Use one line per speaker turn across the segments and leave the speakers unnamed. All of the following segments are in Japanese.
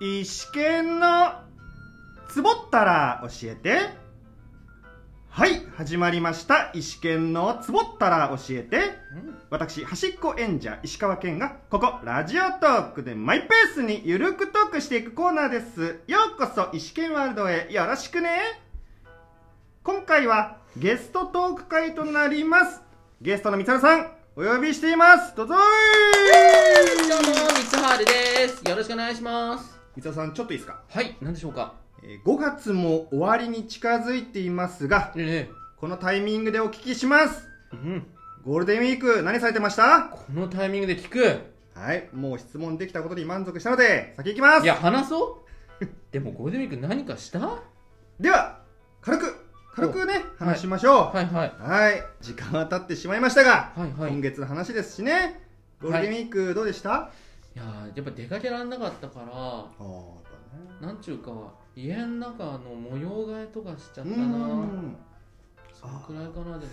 石剣のつぼったら教えてはい始まりました石剣のつぼったら教えて私端っこ演者石川健がここラジオトークでマイペースにゆるくトークしていくコーナーですようこそ石剣ワールドへよろしくね今回はゲストトーク会となりますゲストのみつはるさんお呼びしていますどうぞ
どうも、三つはるです。よろしくお願いします。
みつはるさんちょっといいですか
はい、なんでしょうか。
えー5月も終わりに近づいていますが、
え
このタイミングでお聞きします。
えうん、
ゴールデンウィーク何されてました
このタイミングで聞く。
はい、もう質問できたことに満足したので、先行きま
い
す
や、話そう。 でも、ゴールデンウィーク何かした。は
では、軽く、軽くね、
お
話しましょ
い、はい。
う。はい、時間は経ってしまいましたが、
はい、はい。
今
い
月の話ですしね、ゴールデンウィークどうでした、
やー、やっぱ出かけられなかったから。
ああ、やっ
なんちゅうか、家の中の模様替えとかしちゃ
ぱ
っ
ね。
た
う
な。
ん、
そのくらいかな、でも。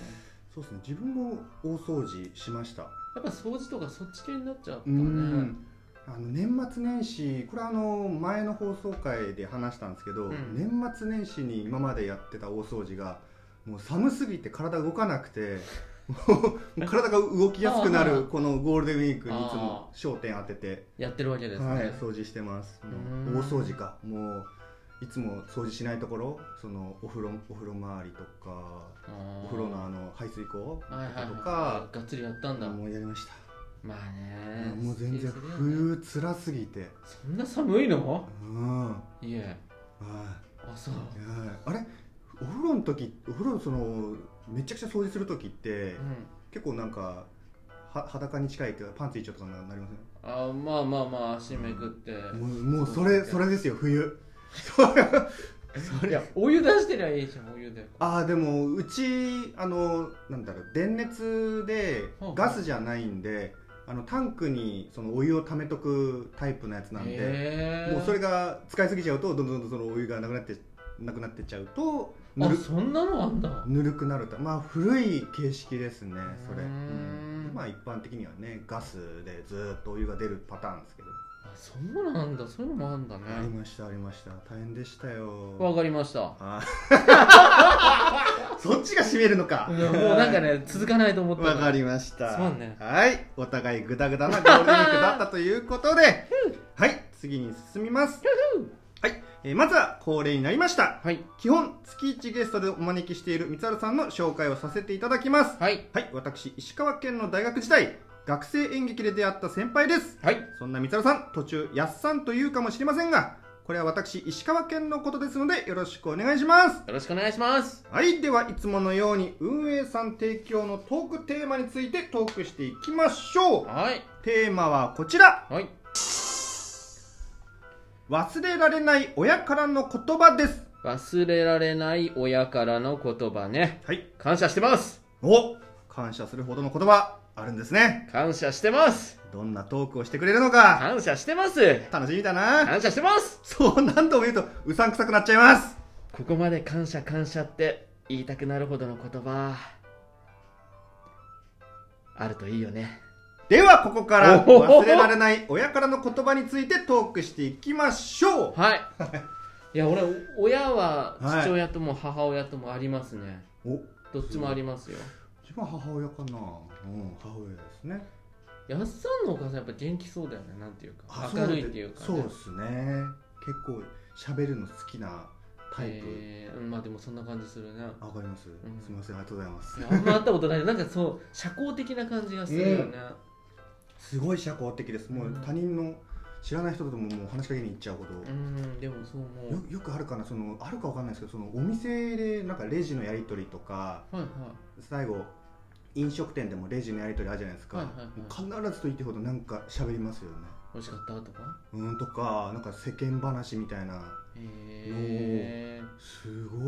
そうですね、自分も大掃除しました。
やっぱ掃除とかそっち系になっちゃった
う
ね。
んあの年末年始これはあの前の放送回で話したんですけど、
うん
年末年始に今までやってた大掃除がもう寒すぎて体動かなく てもうもう体が動きやすくな
ああ
るこのゴールデンウィークにいつ
あ
も焦点当てて、
やってるわけですね。
はい、掃除してますもう
うん
大掃除かもういつも掃除しないところそのお風呂お風呂周りとか
あー
お風呂のあの排水口と
はい、はい、はい。
か
あがっつりやったんだ。
もうやりました
まあね
もう全然
すげえするよね
冬辛すぎて。
そんな寒いの
うんはい
えあそう
いはいあれお風呂の時お風呂そのめちゃくちゃ掃除する時って、
うん
結構なんかは裸に近いっていうかパンツ一丁とかになりませ
あまあまあまあ足めくって
んもうもうそれ
そ
そうれですよ冬それ そ
い
れ
やお湯出してりゃいいじゃんお湯で
ああでもうちあのなんだろう電熱で
はあ
ガスじゃないんであのタンクにそのお湯を溜めとくタイプのやつなんで、
へえ
もうそれが使いすぎちゃうとどんどんどんどんそのお湯がなくなってなくなってっちゃうとぬ
あ
る
そんなのあんだ
ぬるくなるとまあ古い形式ですねそれ
うーん
うんまあ一般的にはねガスでずーっとお湯が出るパターンですけど、
あそうなんだそういうのもあんだ
あり
ね
ましたありました大変でしたよ
わかりました
あ そっちが締めるのか
うんもうなんかね続かないと思った
わか
り
りました
そうね
はいお互いグダグダなゴールデンウィークだったということではい次に進みますはい、えーまずは恒例になりました
はい
基本月1ゲストでお招きしている三原さんの紹介をさせていただきます
はい
はい私石川県の大学時代学生演劇で出会った先輩です
はい
そんな三原さん途中やっさんと言うかもしれませんがこれは私石川県のことですのでよろしくお願いします
よろしくお願いします
はいではいつものように運営さん提供のトークテーマについてトークしていきましょう
はい
テーマはこちら
はい
忘れられない親からの言葉です
忘れられない親からの言葉ね
はい
感謝してます
お感謝するほどの言葉あるんですね
感謝してます
どんなトークをしてくれるのか
感謝してます
楽しみだな
感謝してます
そう何度も言うとうさんくさくなっちゃいます
ここまで感謝感謝って言いたくなるほどの言葉あるといいよね
ではここから
おほほ
忘れられない親からの言葉についてトークしていきましょう
はい いや俺お親は
はい
父親とも母親ともありますね、
お
どっちもありますよ
自分は母親かなうん母親ですね
やっさんのお母さんやっぱ元気そうだよねなんていうか
あ
明るいっていうか、ね、
そうですね結構喋るの好きなタイプ
えーうんまあでもそんな感じするね
わかります、
ん
すみませんありがとうございます
いやあんま会ったことないなんかそう社交的な感じがするよね、
すごい社交的ですもう他人の知らない人とももう話しかけに行っちゃうほど、
うん、でもそう思う
よよくあるかなそのあるかわかんないですけどそのお店でなんかレジのやり取りとか
はいはい
最後飲食店でもレジのやり取りあるじゃないですか、
はいはいはい
もう必ずと言っていいほどなんか喋りますよね
美味しかったとか
うんとかなんか世間話みたいな
えー、
すごいも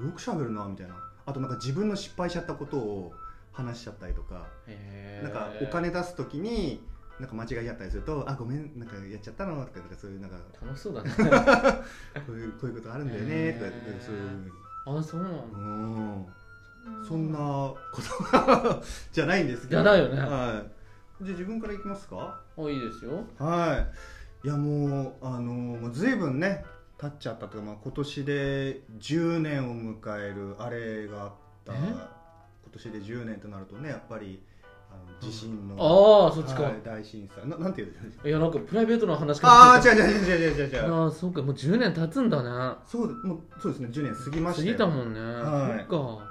うよく喋るなみたいなあとなんか自分の失敗しちゃったことを話しちゃったりとか、
へー
なんかお金出す時になんか間違いやったりすると「あごめんなんかやっちゃったの」とかなんかそういうなんか
楽しそう だね
こういうこういうことあるんだよねとか言ってそういう
あそうなの
うんそんなこと はじゃないんですけど
じゃないよね
はい、じゃあ自分からいきますか
あいいですよ
はいいやもうあのもう随分ね経っちゃったというか、まあ、今年で10年を迎えるあれがあった
え
今年で10年となるとねやっぱりあの地震の、
ああそっちか、
はい大震災ななんていうの
い、やなんかプライベートの話
ああ
う
違う違う違う違う違う違う
ああそうかもう10年経つんだね
そうもうそうですね10年過ぎま
過
したよ
ぎたもんね、
はい
そっか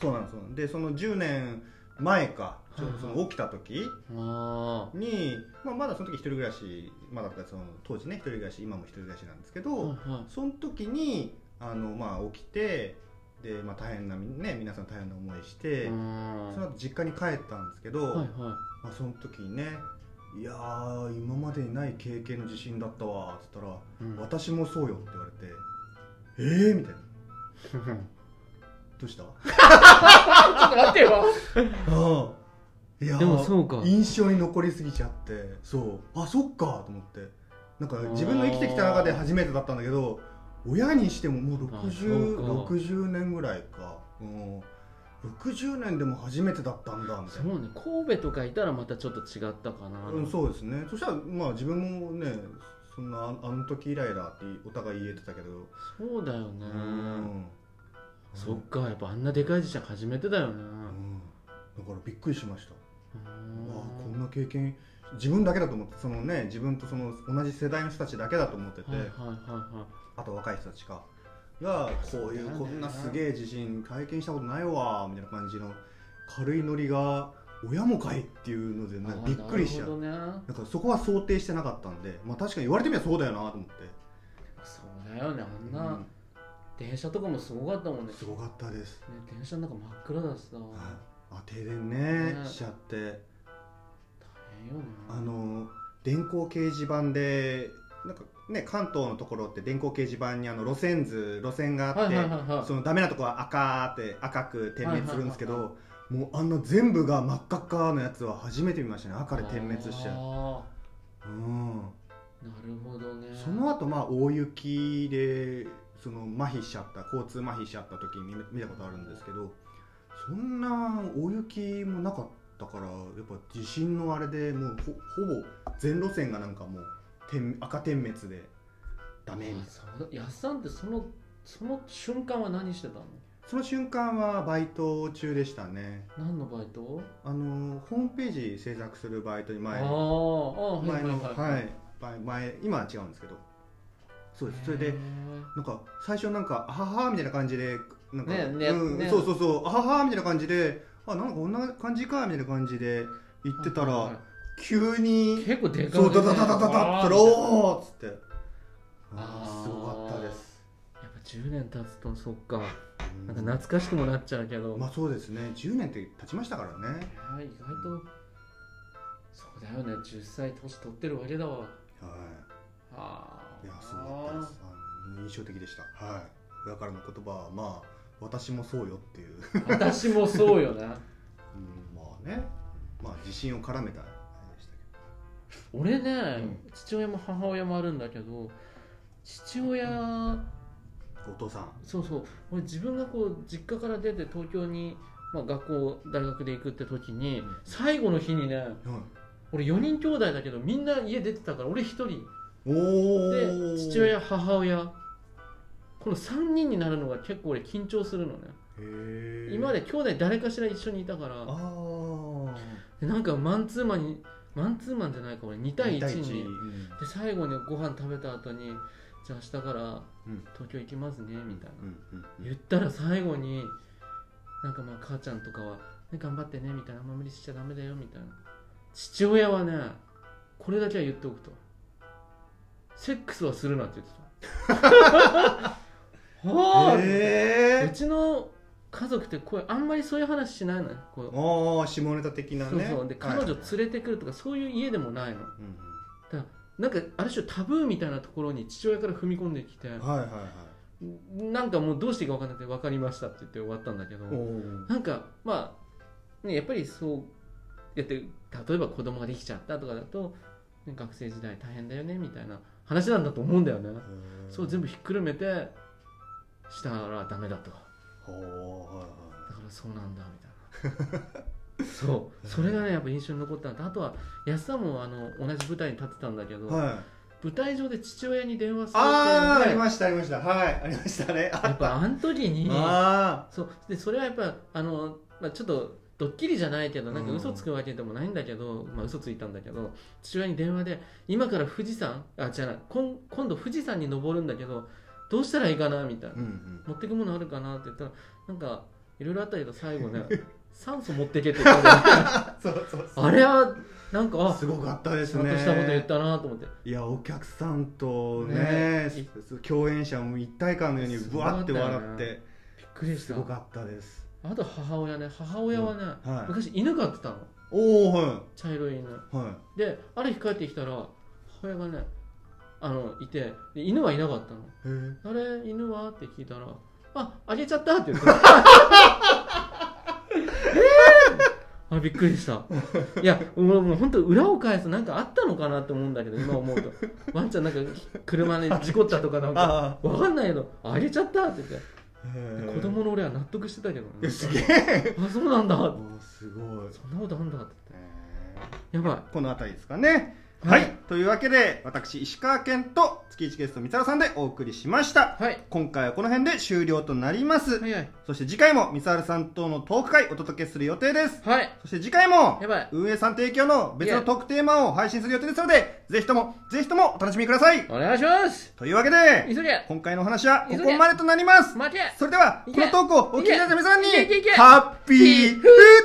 そうなんですそうなんですでその10年前かちょうどそ
はいは
の起きた時
あ
に、まあ、まだその時一人暮らしまだとかその当時ね一人暮らし今も一人暮らしなんですけど、
あはいはい
その時にあの、まあ、起きてで、まあ、大変な、ね、皆さん大変な思いして、
うん
その後実家に帰ったんですけど、
はいは
まあ、その時にねいやー今までにない経験の地震だったわっつったら、
い、うん、
私もそうよって言われてえー、みたいな
ち
ど
ょっ
う したあ
と待ってよ
あいやー
でもそうか
印象に残りすぎちゃってそうあそっかと思ってなんか自分の生きてきた中で初めてだったんだけど親にしてももう
あそうか
60, 60年ぐらいか、うん、60年でも初めてだったんだみた
そ
いな
うね神戸とかいたらまたちょっと違ったかな、
うん、そうですねそしたらまあ自分もねそんなああの時以来だってお互い言えてたけど
そうだよね、
うん
そっかやっぱあんなでかい自社初めてだよね、
うんだからびっくりしました
うん
わあこんな経験自分だけだと思ってそのね自分とその同じ世代の人たちだけだと思ってて、
はいはいはいはい
あと若い人たちかがこういうこんなすげえ地震体験したことないわみたいな感じの軽いノリが親もかいっていうのでね
あー
びっくりしちゃう
なるほどね
だからそこは想定してなかったんで、まあ、確かに言われてみればそうだよなと思って
そうだよねあんな、
うん
電車とかもすごかったもんね
すごかったです、
ね電車の中真っ暗だしさ
はい
大
あ停電ね
ね
しちゃって
変よね
あの電光掲示板でなんかね関東のところって電光掲示板にあの路線図路線があって、
はいはいはいはい
そのダメなとこは赤って赤く点滅するんですけど、
はいは
もうあの全部が真っ赤っかのやつは初めて見ましたね赤で点滅しちゃう、
あ
うん、
ーなるほどね
その後まあ大雪でその麻痺しちゃった交通麻痺しちゃった時に見見たことあるんですけどそんな大雪もなかったからやっぱ地震のあれでもうほほぼ全路線がなんかもう点赤点滅でダメみたいな
あそうだやっさんってそのその瞬間は何してたの
その瞬間はバイト中でしたね
何のバイト
あのホームページ制作するバイトに
あーあ
前前
ーはいはい
の
はい
はい前前今は違うんですけどそうですそれ
へ
で
ー
なんか最初なんか「あはは」みたいな感じでなんか、
ねね
うん
ね
そうそうそう「あはは」みたいな感じで「あなんかこんな感じか」みたいな感じで言ってたら、
はいはい
急に
結構で
「
かい
そ
ね
うダダダダダダッロー」っつって
あー
あーすごかったです、
やっぱ10年経つとそっか
うん
なんか懐かしくもなっちゃうけど、
まあそうですね10年って経ちましたからね
いや意外とそうだよね10歳年取ってるわけだわ
は
あ
いいやすごかったですあの印象的でしたはい親からの言葉はまあ私もそうよっていう、う
ー私もそ うよね
ん、まあねまあ自信を絡めたあれでしたけど
俺ね、
ん
父親も母親もあるんだけど父親、
お父さん
そうそう俺自分がこう実家から出て東京に、まあ、学校大学で行くって時に、
うん
最後の日にね俺4人兄弟だけどみんな家出てたから俺1人
お
で
お
父親母親この3人になるのが結構俺緊張するのね今ま
で
で兄弟誰かしら一緒にいたから
あ
でなんかマンツーマンにマンツーマンじゃないか俺2
あ
対1にで最後にご飯食べた後にじゃあ明日から
うん
東京行きますねみたいな
うんうんうん
言ったら最後になんかまあ母ちゃんとかは、ね、頑張ってねみたいなあんま無理しちゃダメだよみたいな父親はねこれだけは言っておくとセックスはするなって言って たはあ、う
ええ
ちの家族ってこうあんまりそういう話しないのよこう
ああ下ネタ的な
そう
ね
そうで
はい
彼女連れてくるとかそういう家でもないの
うん
なんかある種タブーみたいなところに父親から踏み込んできて
うんはいはいは
なんかもうどうしていいか分かんなくて分かりましたって言って終わったんだけど
いおー
なんかまあ、ね、やっぱりそうやって例えば子供ができちゃったとかだと、ね学生時代大変だよねみたいな話なんだと思うんだよね、そう全部ひっくるめてしたらダメだとだか
ほーはいはい
らそうなんだみたい なそうそれがねやっぱ印象に残ったのとあとは安さんもあの同じ舞台に立ってたんだけど、
は
舞台上で父親に電話する
あああ
ってい
り
うの
ましたありましたはいありましたね
がやっぱあの時に
あ
そうでそれはやっぱあの、まあ、ちょっとドッキリじゃないけどなんか嘘つくわけでもないんだけど、まあ嘘ついたんだけど父親に電話で今から富士山あじゃあ今今度富士山に登るんだけどどうしたらいいかなみたいな
あ、うんうん、
持ってくものあるかなって言ったらなんかいろいろあったけど最後ね 酸素持ってけって言ったんだ よ
そうそうそう
あれはなんかあ
すごかったです
ちゃんと
ね
したこと言ったなと思って
いやお客さんとね
ね
共演者も一体感のようにぶわって笑
そうだ
っ
ったよ
て
びっくりし
す
た
ごかったです
あと母親ね母親はね、
うんはい
昔犬飼ってたの
おおは
茶色い犬
いは
である日帰ってきたら母親がねあのいてで犬はいなかったの
いへえ
「あれ犬は?」って聞いたら「ああげちゃった」 って言ってえーあびっくりしたいやもうもう本当裏を返すとなんかあったのかなと思うんだけど今思うとワンちゃんなんか車で事故ったとかなんか
あ
わかんないけどあげちゃったって言って
あへえ
子供の俺は納得してたけど
え
ね
すげえ
あそうなんだ
おーすごい
そんなことあんだって
へえ
やば
この辺りですかね
い
はい、というわけで私石川県と月一ゲスト三沢さんでお送りしました
はい
今回はこの辺で終了となります、
早い
そして次回も三沢さんとのトーク会お届けする予定です
はい
そして次回も
やばい
運営さん提供の別のトークテーマを配信する予定ですのでぜひともぜひともお楽しみください
お願いします
というわけで
急げ
今回のお話はここまでとなります
待け
それではいこ
け
のトークをお聞きになった皆さんに
いけいけいけ
ハッピーフー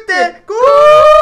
テゴー